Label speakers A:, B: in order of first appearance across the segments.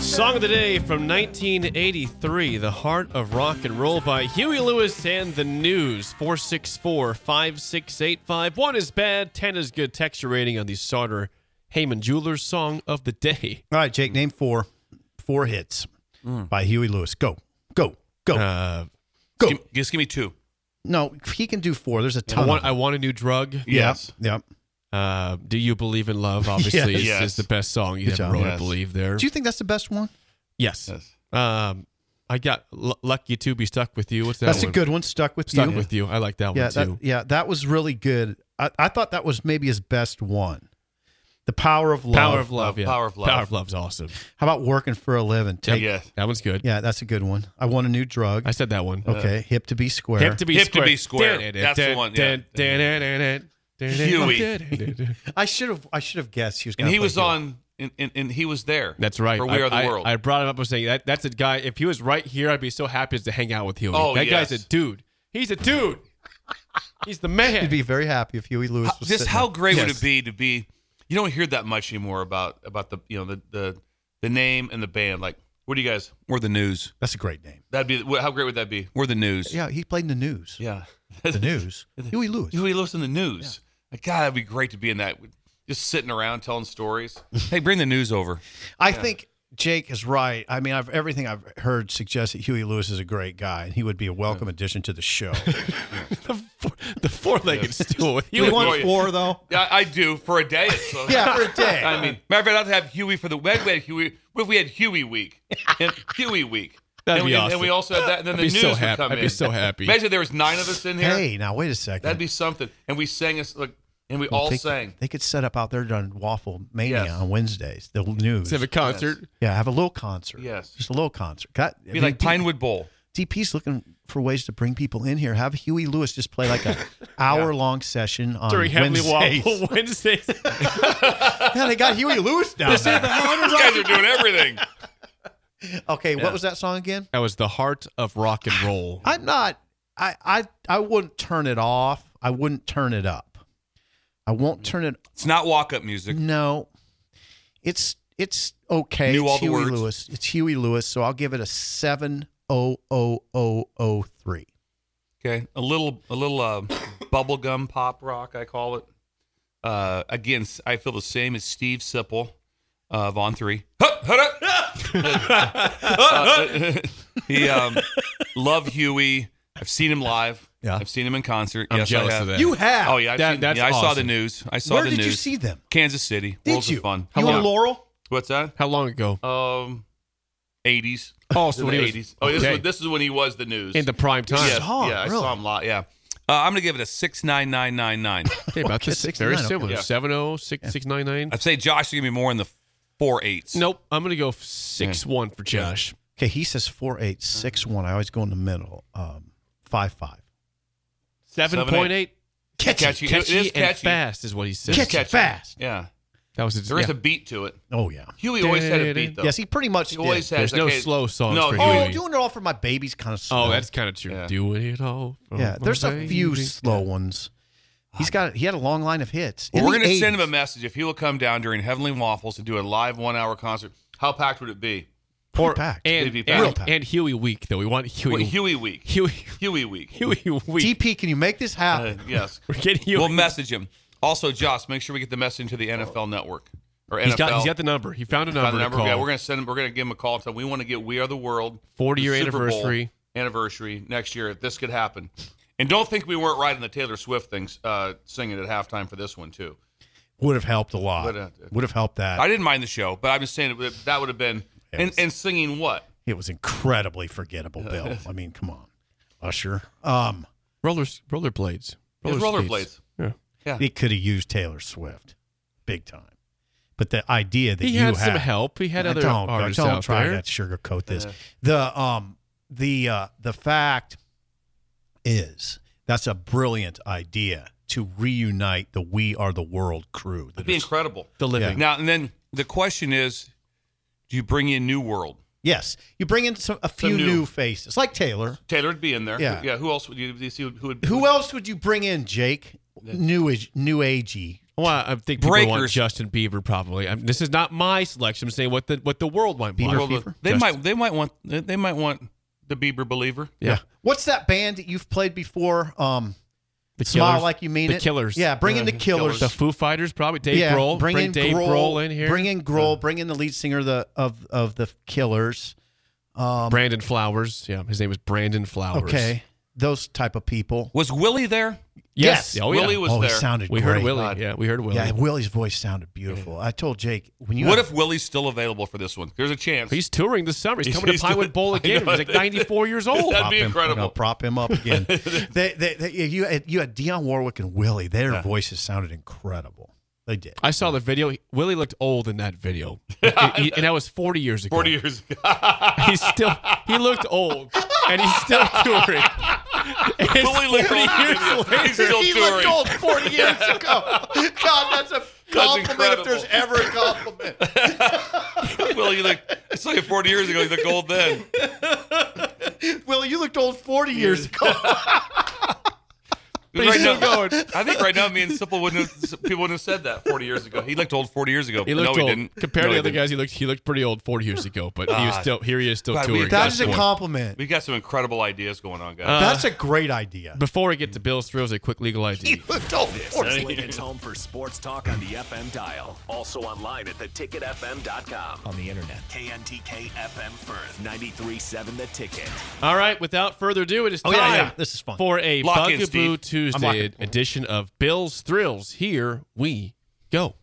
A: Song of the Day from 1983, The Heart of Rock and Roll by Huey Lewis and the News. 464 5685. One is bad, 10 is good. Texture rating on the starter Heyman Jewelers Song of the Day.
B: All right, Jake, name four. Four hits by Huey Lewis. Go, go, go,
A: Uh,
B: go.
C: Just give, just give me two.
B: no, he can do four. There's a
A: I,
B: ton.
A: want,
B: of
A: I want a new drug.
C: Yes.
B: Yep.
A: Uh, Do You Believe in Love, obviously,
B: Yes.
A: is,
C: Yes.
A: is the best song you
B: Good
A: ever
B: job.
A: wrote, I
C: Yes.
A: believe, there.
B: Do you think that's the best one?
A: yes.
C: Yes.
A: Um, I got Lu- Lucky to Be Stuck with You. What's that
B: that's
A: one?
B: a good one. Stuck with
A: Stuck
B: you.
A: with You. I like that
B: yeah,
A: one too.
B: that, yeah, that was really good. I, I thought that was maybe his best one. The power of love.
A: Power of Love.
C: Love,
A: yeah.
C: Power of Love.
A: Power of Love's awesome.
B: How about working for a living? Take,
C: Yes.
A: That one's good.
B: Yeah, that's a good one. I want a new drug.
A: I said that one.
B: okay, hip to be square.
A: Hip to be
C: Hip to
A: square.
C: be square. That's the one, yeah.
A: Huey.
B: I should have. I should have guessed he was.
C: And
B: gonna
C: he
B: play
C: was
B: Huey.
C: on, and, and, and he was there.
A: That's right.
C: For We
A: I,
C: Are the
A: I-
C: World.
A: I brought him up and saying that that's a guy. If he was right here, I'd be so happy to hang out with Huey.
C: Oh,
A: that
C: yes.
A: guy's a dude. He's a dude. He's the man.
B: He'd be very happy if Huey Lewis was
C: just
B: sitting
C: how
B: there.
C: great would
A: Yes.
C: it be to be you don't hear that much anymore about about the you know the the, the name and the band like what do you guys we're the news
B: That's a great name.
C: that'd be wh- how great would that be we're the news
B: Yeah, he played in the news.
C: yeah
B: The news. Huey Lewis.
C: Huey Lewis in the news like god that'd be great to be in that just sitting around telling stories hey bring the news over
B: I think Jake is right. I mean, I've, everything I've heard suggests that Huey Lewis is a great guy, and he would be a welcome addition to the show.
A: the four-legged stool. With
B: you
A: Huey.
B: want
C: Lewis.
B: four though?
C: Oh, yeah I do for a day it's so-
B: Yeah, for a day.
C: I mean matter of fact I'd have Huey for the we had Huey what if we had Huey week and Huey week
A: That'd
C: and,
A: be
C: we, and
A: awesome.
C: we also had that and then
A: I'd
C: the
A: be
C: news
A: so
C: would
A: happy.
C: come
A: I'd
C: in
A: be so happy.
C: imagine there was nine of us in here
B: hey, now wait a 2nd
C: That'd be something. And we sang us like, and we all
B: they,
C: sang.
B: They could set up out there during Waffle Mania
C: Yes.
B: on Wednesdays. The news.
A: Let's have a concert.
B: yeah, have a little concert.
C: Yes.
B: just a little concert. Got I
C: Be
B: mean,
C: like
B: D-
C: Pinewood Bowl.
B: DP's looking for ways to bring people in here. Have Huey Lewis just play like an hour long session on
A: During Heavenly
B: Wednesdays.
A: Waffle Wednesdays.
B: yeah, they got Huey Lewis down there.
C: These guys are doing everything.
B: Okay, what was that song again?
A: that was the heart of rock and roll.
B: I'm not. I I I wouldn't turn it off. I wouldn't turn it up. I won't
C: Mm.
B: turn it.
C: It's not walk up music.
B: No, it's it's okay.
C: Knew
B: it's
C: all the
B: Huey
C: words.
B: Lewis. It's Huey Lewis. So I'll give it a seven oh oh oh oh three.
C: Okay. A little, a little uh, bubblegum pop rock, I call it. Uh, again, s- I feel the same as Steve Sipple of On Three. Huh, huh, huh. Uh, he um, love Huey. I've seen him live.
B: Yeah.
C: I've seen him in concert.
A: I'm
C: yes,
A: jealous
C: I have.
A: of that.
B: You have.
C: Oh yeah, I've
A: That-
C: seen,
A: that's
C: yeah, I saw the
A: awesome.
C: news. I saw
B: Where
C: the
B: did
C: news.
B: you see them?
C: Kansas City.
B: Did
C: Worlds
B: you?
C: Of fun.
B: You
C: Yeah.
B: on Laurel?
C: What's that?
A: How long ago?
C: Um, eighties.
A: Oh, so when he was-
C: eighties. Oh, this,
A: okay.
C: is, this is when he was the news.
A: In the prime time.
C: yeah,
B: Saw him,
C: yeah, I
B: really?
C: saw him a lot. Yeah, uh, I'm gonna give it a six nine nine nine nine.
A: Okay, about
B: Okay,
A: the six. Very
B: 69,
A: similar.
C: okay.
A: Seven oh six six nine nine.
C: I'd say Josh is gonna be more in the four eights.
A: Nope. I'm gonna go six one for Josh.
B: Okay, he says four eight six one. I always go in the middle. Um, five five.
A: Seven point eight.
B: Catchy.
C: Catchy. It
A: Catchy
C: is
A: and
C: catchy.
A: fast is what he said.
B: Catchy.
C: Catchy.
B: Fast.
C: Yeah,
A: That was his.
C: there is
A: Yeah.
C: a beat to it.
B: Oh yeah.
C: Huey always had a beat though.
B: Yes, he pretty much
C: He
B: did.
C: always had.
A: There's no
C: okay,
A: slow songs
C: No,
A: for
C: Huey-
B: oh,
A: Huey.
B: doing it all for my babies kind of.
A: oh, that's kind of true.
C: Yeah.
A: Do it all.
C: Uh-huh.
A: for
B: Yeah,
A: my
B: there's a
A: baby.
B: few slow ones. He's got he had a long line of hits.
C: Well,
B: In
C: we're
B: the
C: gonna send him a
B: 80s.
C: message if he will come down during Heavenly Waffles and do a live one hour concert. How packed would it be?
B: Pretty
A: Or-
B: packed.
A: And,
C: Pretty
A: and,
C: packed.
B: Real packed.
A: and Huey week though. We want Huey.
C: Well, Huey week.
A: Huey.
C: Huey week.
A: Huey week.
B: DP, can you make this
C: Uh,
B: happen?
C: yes.
A: We're getting Huey.
C: We'll message him. Also, Josh, make sure we get the message to the NFL Network or
A: he's
C: NFL.
A: got. He's got the number. He found a number.
C: got the number.
A: To call.
C: Yeah, we're gonna send him. We're gonna give him a call. Tell him we want to get We Are the World
A: 40 year
C: the Super Bowl
A: anniversary.
C: anniversary next year. This could happen. And don't think we weren't right on the Taylor Swift things uh, singing at halftime for this one too.
B: Would have helped a lot.
C: Would have-
B: Would have helped that.
C: I didn't mind the show, but I'm just saying that that would have been and,
B: Yes.
C: and singing what?
B: it was incredibly forgettable, Bill. I mean, come on, Usher. Um,
A: rollers. Rollerblades.
C: His
A: Roller skates.
C: rollerblades.
A: Yeah.
B: it could have used Taylor Swift, big time. but the idea that
A: He
B: you
A: had
B: had
A: some help. He had
B: I
A: other
B: don't,
A: artists
B: don't
A: out
B: try
A: there.
B: to sugarcoat this. The um the uh the fact is that's a brilliant idea to reunite the We Are the World crew. That
C: It'd be
B: is-
C: incredible.
A: The living.
C: Now and then the question is, do you bring in New World?
B: yes, you bring in some, a few
C: new-
B: new. faces like Taylor.
C: Taylor would be in there.
B: Yeah.
C: Yeah. Who else would you, do you see? Who would?
B: Who else would you bring in, Jake? New age, new agey.
A: Well, I think people want
C: Breakers.
A: Justin Bieber probably. I'm, this is not my selection. I'm saying what the what the world might
B: Bieber
A: want.
C: Well,
B: Fever?
C: They
A: Justin.
C: might. They might want. They they might want the Bieber believer.
A: Yeah.
B: What's that band that you've played before? Um,
A: The
B: Smile
A: Killers.
B: like you mean
A: The
B: it.
A: Killers.
B: Yeah, bring in the
C: Yeah,
B: Killers.
A: The Foo Fighters probably. Dave
B: yeah,
A: Grohl. Bring, Dave Grohl, in here.
B: Bring in Grohl. Bring in the lead singer of the of of the Killers. Um,
A: Brandon Flowers. Yeah, his name was Brandon Flowers.
B: okay, those type of people.
C: Was Willie there?
A: Yes.
B: Yes.
A: Oh, yeah.
C: Willie was
B: oh,
C: there.
B: he sounded
A: we
B: great.
A: heard Willie.
C: God.
A: Yeah, we heard Willie.
B: Yeah, Willie's voice sounded beautiful. I told Jake when you
C: What if Willie's still available for this one? There's a chance.
A: He's touring this summer. He's,
C: He's-
A: coming
C: he's
A: to Pinewood
C: doing-
A: Bowl
C: I
A: again.
C: know.
A: He's like 94 years old.
C: That'd be
B: him,
C: incredible.
B: I'll prop him up again. they, they, they, you had you had Dionne Warwick and Willie. Their voices sounded incredible. They did.
A: I saw the video. Willie looked old in that video, and, and that was 40 years ago.
C: Forty years ago.
A: He's still he looked old, and he's still touring. And it's
C: Willie looked
A: 40
C: old in the
A: years
C: video.
A: later.
C: He's still
B: he
C: touring.
B: looked old 40 years ago. God, that's a compliment if there's
C: incredible.
B: ever a compliment.
C: Willie looked. It's like forty years ago. He looked old then.
B: Willie, you looked old 40 years ago.
A: But he's
C: now,
A: still going.
C: I think right now, me and Simple wouldn't have, people wouldn't have said that 40 years ago. He looked old 40 years ago.
A: He looked
C: no,
A: old
C: he didn't.
A: compared
C: No,
A: to
C: he
A: the other
C: didn't.
A: guys. He looked he looked pretty old 40 years ago, but he was
C: Ah.
A: still here. He is still
C: God, we-
A: touring.
B: That
A: That's
B: is a
A: one.
B: compliment.
C: We got some incredible ideas going on,
A: Uh,
C: guys.
B: That's a great idea.
A: Before we get to Bill's thrills, a quick legal ID.
B: looked old 40.
D: This Lincoln's home for sports talk on the FM dial. Also online at theticketfm.com. On the internet. KNTK FM Firth, 93.7 The Ticket.
A: All right, without further ado, it is
B: Oh,
A: time
B: yeah, yeah. This is fun.
A: for a
C: Lock in,
A: Bugaboo
B: I'm
C: Steve.
A: Tuesday
B: locking.
A: edition of Bill's Thrills. Here we go.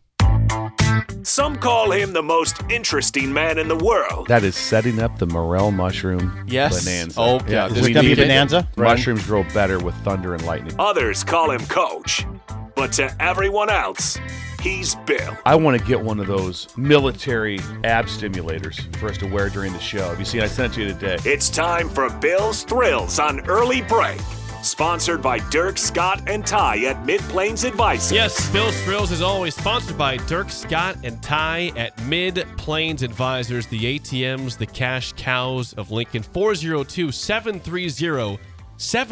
D: Some call him the most interesting man in the world.
E: That is setting up the morel mushroom
F: Yes.
E: bonanza.
F: Oh, yeah. This is
E: We
F: gonna be
E: need
F: a
E: it.
F: bonanza, Brian?
E: Mushrooms grow better with thunder and lightning.
D: Others call him coach. But to everyone else, he's Bill.
E: I want to get one of those military ab stimulators for us to wear during the show. Have you seen? I sent it to you today.
D: It's time for Bill's Thrills on Early Break. Sponsored by Dirk, Scott, and Ty at Mid Plains Advisors.
A: Yes, Bill's Thrills is always sponsored by Dirk Scott and Ty at Mid Plains Advisors, the ATMs, the cash cows of Lincoln. 402 730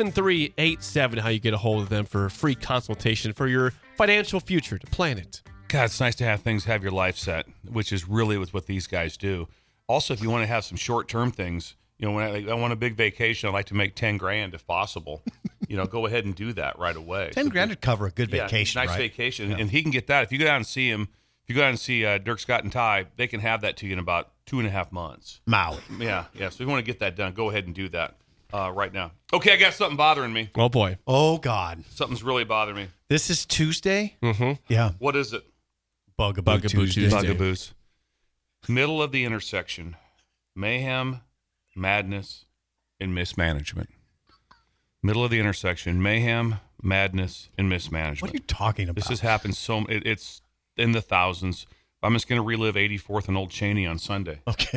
A: 7387. How you get a hold of them for a free consultation for your financial future to plan it.
C: God, it's nice to have things have your life set, which is really with what these guys do. Also, if you want to have some short term things, you know, when I, I want a big vacation, I'd like to make ten grand if possible. you know, go ahead and do that right away.
B: 10 grand would cover a good
C: Yeah,
B: vacation,
C: nice
B: right?
C: vacation, and he can get that if you go down and see him. If you go down and see uh, Dirk Scott and Ty, they can have that to you in about two and a half months.
B: Maui.
C: Yeah, yeah. So if you want to get that done, go ahead and do that uh, right now. Okay, I got something bothering me.
A: Oh, boy.
B: Oh, God.
C: Something's really bothering me.
B: This is Tuesday? Mm-hmm. Yeah.
C: What is it?
B: Bugaboo,
A: Bugaboo
B: Tuesday.
A: Tuesday.
C: Bugaboos. Middle of the intersection, mayhem, madness, and mismanagement. Middle of the intersection, mayhem, madness, and mismanagement.
B: What are you talking about?
C: This has happened so it, it's in the thousands. I'm just going to relive 84th and Old Cheney on Sunday.
B: Okay.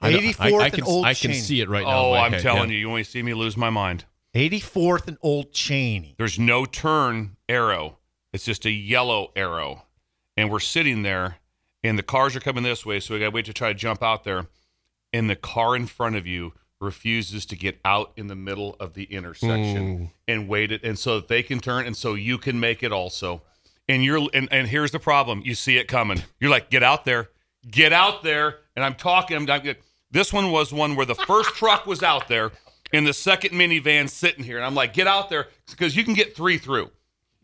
A: I know- I-
B: 84th
A: I,
B: and
A: can,
B: Old
A: I can
B: Cheney.
A: see it right now. in
C: Oh,
A: my
C: I'm
A: head,
C: telling
A: yeah.
C: you, you only see me lose my mind.
B: 84th and Old Cheney.
C: There's no turn arrow. It's just a yellow arrow. and we're sitting there, and the cars are coming this way, so we got to wait to try to jump out there, and the car in front of you refuses to get out in the middle of the
B: Hmm.
C: intersection and wait it, and so that they can turn, and so you can make it also. And you're and, and here's the problem: you see it coming. You're like, get out there, get out there, and I'm talking. I'm, I'm this one was one where the first truck was out there, and the second minivan sitting here, and I'm like, get out there because you can get three through.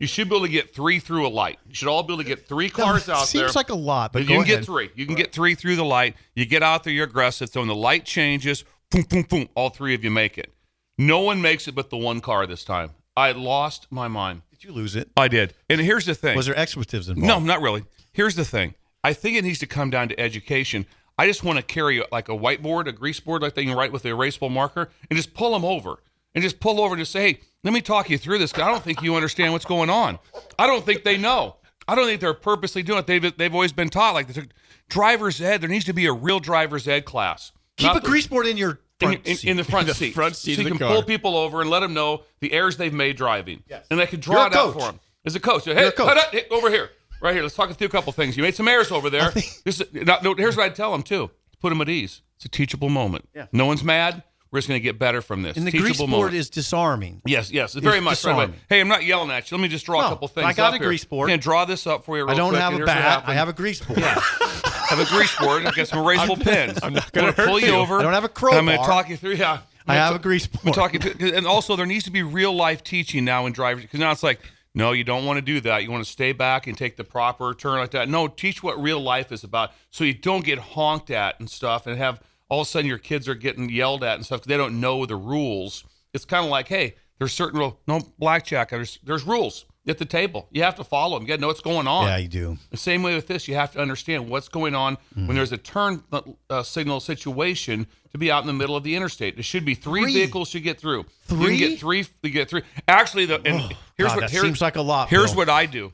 C: You should be able to get three through a light. You should all be able to get three cars out
B: Seems
C: there.
B: like a lot, but
C: you
B: go
C: can
B: ahead.
C: get three. You can get three through the light. You get out there, you're aggressive. So when the light changes, boom, boom, boom, all three of you make it. No one makes it but the one car this time. I lost my mind.
B: Did you lose it?
C: I did. And here's the thing.
B: Was there expletives involved?
C: No, not really. Here's the thing. I think it needs to come down to education. I just want to carry like a whiteboard, a grease board, like they can write with the erasable marker, and just pull them over, and just pull over and just say, "Hey, let me talk you through this. 'cause I don't think you understand what's going on. I don't think they know. I don't think they're purposely doing it. They've they've always been taught like the driver's ed. There needs to be a real driver's ed class.
B: Keep
C: Not
B: a
C: the-
B: grease board in your
C: in,
B: front
C: in-
B: seat.
C: in the front
A: The
C: seat.
A: front seat
C: so
A: of
C: you
A: the
C: can
A: car.
C: pull people over and let them know the errors they've made driving.
B: Yes.
C: And they can
B: You're a
C: draw it
B: coach.
C: out for them. As a coach, so,
B: You're
C: hey,
B: a coach.
C: hold up, hey, over here, right here. Let's talk through a couple things. You made some errors over there.
B: think-
C: This is- no, no, here's what I'd tell them too: put them at ease. It's a teachable moment. No one's mad. We're just going to get better from this.
B: and the
C: teachable
B: grease board
C: moment.
B: is disarming.
C: Yes, yes, very much. Right away.
B: disarming.
C: Hey, I'm not yelling at you. Let me just draw
B: No,
C: a couple things.
B: I got
C: up
B: a
C: here.
B: grease board.
C: Can draw this up for you. Real
B: I don't
C: quick,
B: have
C: and
B: a
C: here's what
B: bat. I
C: happened.
B: have a grease board.
C: have a grease board. I've got some erasable pens. I'm not
A: gonna
C: pull
A: hurt
C: you
A: you.
C: over.
B: I don't have a
C: and I'm going to
B: crowbar.
C: talk you through. Yeah,
B: I have a grease
C: I'm
B: board.
C: talking to, and also there needs to be real life teaching now in drivers because now it's like, no, you don't want to do that. You want to stay back and take the proper turn like that. No, teach what real life is about, so you don't get honked at and stuff, and have all of a sudden your kids are getting yelled at and stuff because they don't know the rules. It's kind of like, hey, there's certain rule. No blackjack. There's there's rules at the table. You have to follow them. You got to know what's going on.
B: Yeah, you do.
C: The same way with this, you have to understand what's going on when there's a turn uh, signal situation to be out in the middle of the interstate. There should be three,
B: Three.
C: vehicles you get through.
B: Three?
C: You
B: Oh,
C: can get three. You get three. Actually, the and here's
B: God,
C: what
B: that
C: here-
B: seems like a lot,
C: Here's
B: Bill.
C: what I do.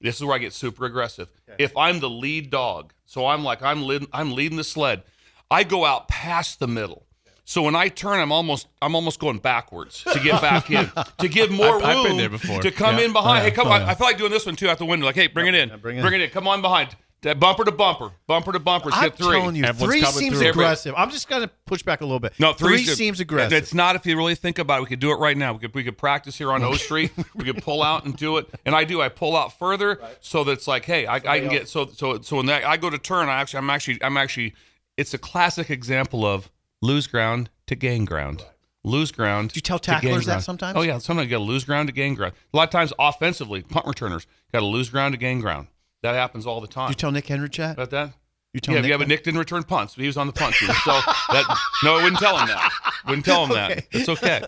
C: This is where I get super aggressive. If I'm the lead dog, so I'm like I'm leading, I'm leading the sled. I go out past the middle. So when I turn, I'm almost I'm almost going backwards to get back in to give more room
A: I've- I've been there before.
C: to come
A: Yeah.
C: in
B: Oh,
C: behind.
B: yeah.
C: Hey, come
B: Oh,
C: on!
B: yeah.
C: I feel like doing this one too out the window. Like, hey, bring it in,
B: bring
C: bring
B: it
C: it,
B: in.
C: in. Come on behind, that bumper to bumper, bumper to bumper. Let's
B: I'm
C: get three.
B: telling you,
A: Everyone's
B: three
A: coming
B: seems
A: through.
B: aggressive. I'm just gonna push back a little bit.
C: No,
B: three,
C: three's good.
B: seems aggressive.
C: It's not if you really think about it. We could do it right now. We could we could practice here on O Street. we could pull out and do it. And I do. I pull out further so that it's like, hey, I, I can get so so so when that, I go to turn, I actually I'm actually I'm actually it's a classic example of lose ground to gain ground. Lose ground.
B: Do you tell
C: to gain
B: tacklers that
C: ground.
B: sometimes?
C: Oh yeah, sometimes you got to lose ground to gain ground. A lot of times offensively, punt returners got to lose ground to gain ground. That happens all the time.
B: Do you tell Nick Henry chat?
C: about that?
B: You tell
C: yeah,
B: Nick
C: yeah, but
B: that?
C: Nick didn't return punts. He was on the punt team. So that no, I wouldn't tell him that. Wouldn't tell him
B: Okay.
C: that. It's okay.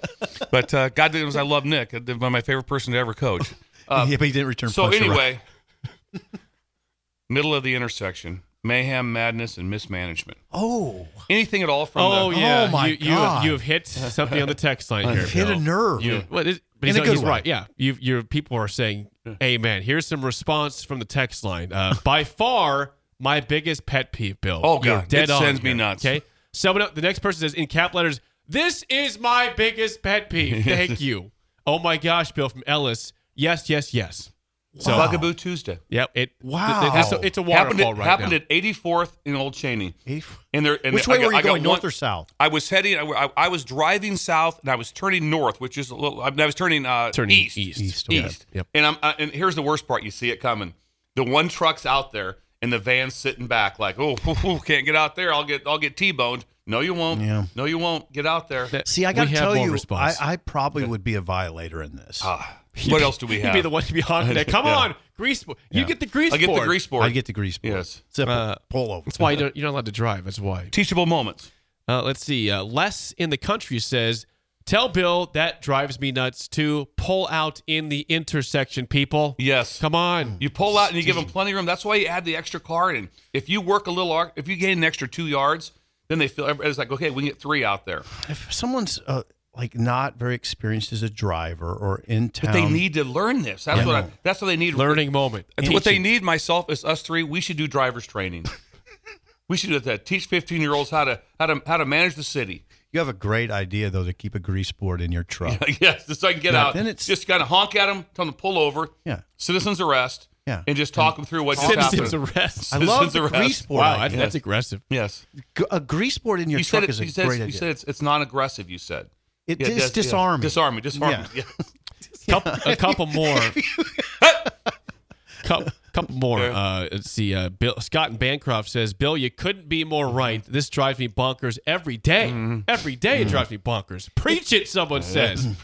C: But uh, God knows I love Nick. He's my favorite person to ever coach. Uh,
B: yeah, but he didn't return.
C: so
B: punch, you're right.
C: anyway, middle of the intersection, mayhem, madness, and mismanagement.
B: oh,
C: Anything at all from
A: Oh
C: the,
A: yeah,
B: Oh, my
A: you, you,
B: God.
A: Have, you have hit something on the text line here.
B: You've hit
A: Bill.
B: a nerve.
A: You, well, it- but he's,
B: In a
A: not-
B: good
A: he's
B: way.
A: right. Yeah, you you people are saying, "Hey man, here's some response from the text line." Uh, by far, my biggest pet peeve, Bill.
C: Oh, God.
A: You're dead
C: It
A: on
C: sends me
A: here,
C: nuts.
A: Okay, someone up. The next person says in cap letters, "This is my biggest pet peeve." Thank you. Oh my gosh, Bill from Ellis. Yes, yes, yes. So
C: Bugaboo Tuesday.
A: Yep. It
B: Wow.
A: th- th- that's a- it's a waterfall
C: happened at,
A: right
C: happened
A: now.
C: at 84th in Old Cheney.
B: Eighth-
C: And there, and
B: which
C: I
B: way
C: got-
B: were you
C: I got
B: going, north
C: one-
B: or south?
C: I was heading. I, I- I was driving south, and I was turning north, which is a little. I, mean, I was turning uh,
A: Turning
C: east,
A: east.
C: east,
A: East, okay. Yep.
C: And I'm. I, and here's the worst part: you see it coming. The one truck's out there, and the van's sitting back, like, oh, can't get out there. I'll get. I'll get t-boned. No, you won't.
B: Yeah.
C: No, you won't. Get out there.
A: That-
B: See, I
A: we
B: got to
A: have
B: tell
A: more
B: you, I,
A: response.
B: I probably would be a violator in this.
C: Ah, what else do we
A: You'd
C: have?
A: be the one to be honking at. Come
C: Yeah.
A: on, grease. bo- You
B: Yeah.
A: get the grease
C: I get the
A: board.
C: grease board.
B: I get the grease board.
C: Yes.
B: Zip it.
A: Uh,
B: pull over.
A: That's why you don't, you're not allowed to drive. That's why.
C: teachable moments.
A: Uh, let's see. Uh, Les in the country says, "Tell Bill that drives me nuts to pull out in the intersection, people.
C: Yes.
A: Come on,
C: You pull out and you give them plenty of room. That's why you add the extra card in. If you work a little, ar- if you gain an extra two yards, then they feel it's like okay, we can get three out there.
B: if someone's uh, like not very experienced as a driver or in town,
C: But they need to learn this. That's
B: Um, Yeah.
C: what I, that's what they need.
A: learning moment.
C: That's what they
A: Teaching.
C: need. Myself is us three. We should do drivers training. we should do that. Teach fifteen year olds how to how to how to manage the city.
B: You have a great idea though to keep a grease board in your truck.
C: yes, so I can get
B: Yeah,
C: out.
B: then it's-
C: just kind of honk at them, tell them to pull over.
B: Yeah.
C: Citizens arrest.
B: Yeah.
C: and just talk them through what's
A: Simpsons
C: happened.
A: arrest.
B: I love
C: Simpsons
B: the
C: arrest.
B: grease board
A: Wow,
B: idea.
A: that's- that's aggressive.
C: Yes,
B: G- a grease board in your
C: you
B: truck
C: said it.
B: is a
C: You said,
B: great
C: you
B: idea.
C: said it's, it's non-aggressive. You said
B: It
C: Yeah,
B: is
C: does- yeah.
B: disarming.
C: Disarming. Disarming.
B: Yeah.
C: Yeah.
A: Couple, a couple more. couple, couple more.
C: Yeah.
A: Uh, let's see. Uh, Bill, Scott and Bancroft says, Bill, you couldn't be more right. This drives me bonkers every day. Every day it drives me bonkers. Preach it, someone says.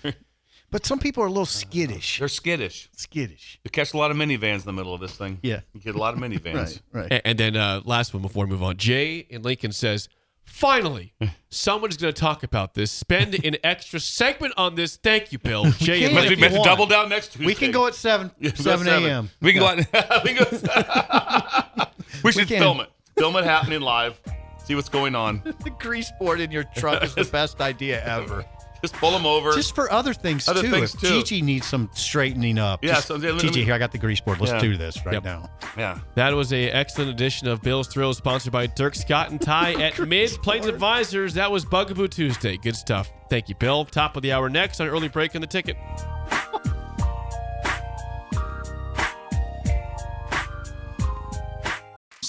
B: But some people are a little skittish.
C: They're skittish.
B: skittish.
C: You catch a lot of minivans in the middle of this thing.
B: Yeah.
C: You get a lot of minivans.
B: Right, right.
A: A- And then uh, last one before we move on. Jay in Lincoln says, "Finally, someone's going to talk about this. Spend an extra segment on this. Thank you, Bill." Jay in
B: can
C: Must
B: if
C: be
A: Lincoln.
B: you
C: must
B: want.
C: double down next Tuesday.
B: We can go at 7
C: Yeah,
B: 7 a.m.
C: We can go out. we, can go- we should
B: can.
C: film it. Film it happening live. See what's going on.
B: The grease board in your truck is the best idea ever.
C: Just pull them over.
B: Just for other things
C: Other
B: too.
C: things,
B: if
C: too.
B: Gigi needs some straightening up.
C: Yeah,
B: just,
C: so let me-
B: Gigi, here I got the grease board. Let's
C: Yeah.
B: do this right
A: Yep.
B: now.
C: yeah.
A: That was a excellent edition of Bill's Thrills, sponsored by Dirk Scott and Ty at Mid Plains Advisors. That was Bugaboo Tuesday. Good stuff. Thank you, Bill. Top of the hour next on early break in the ticket.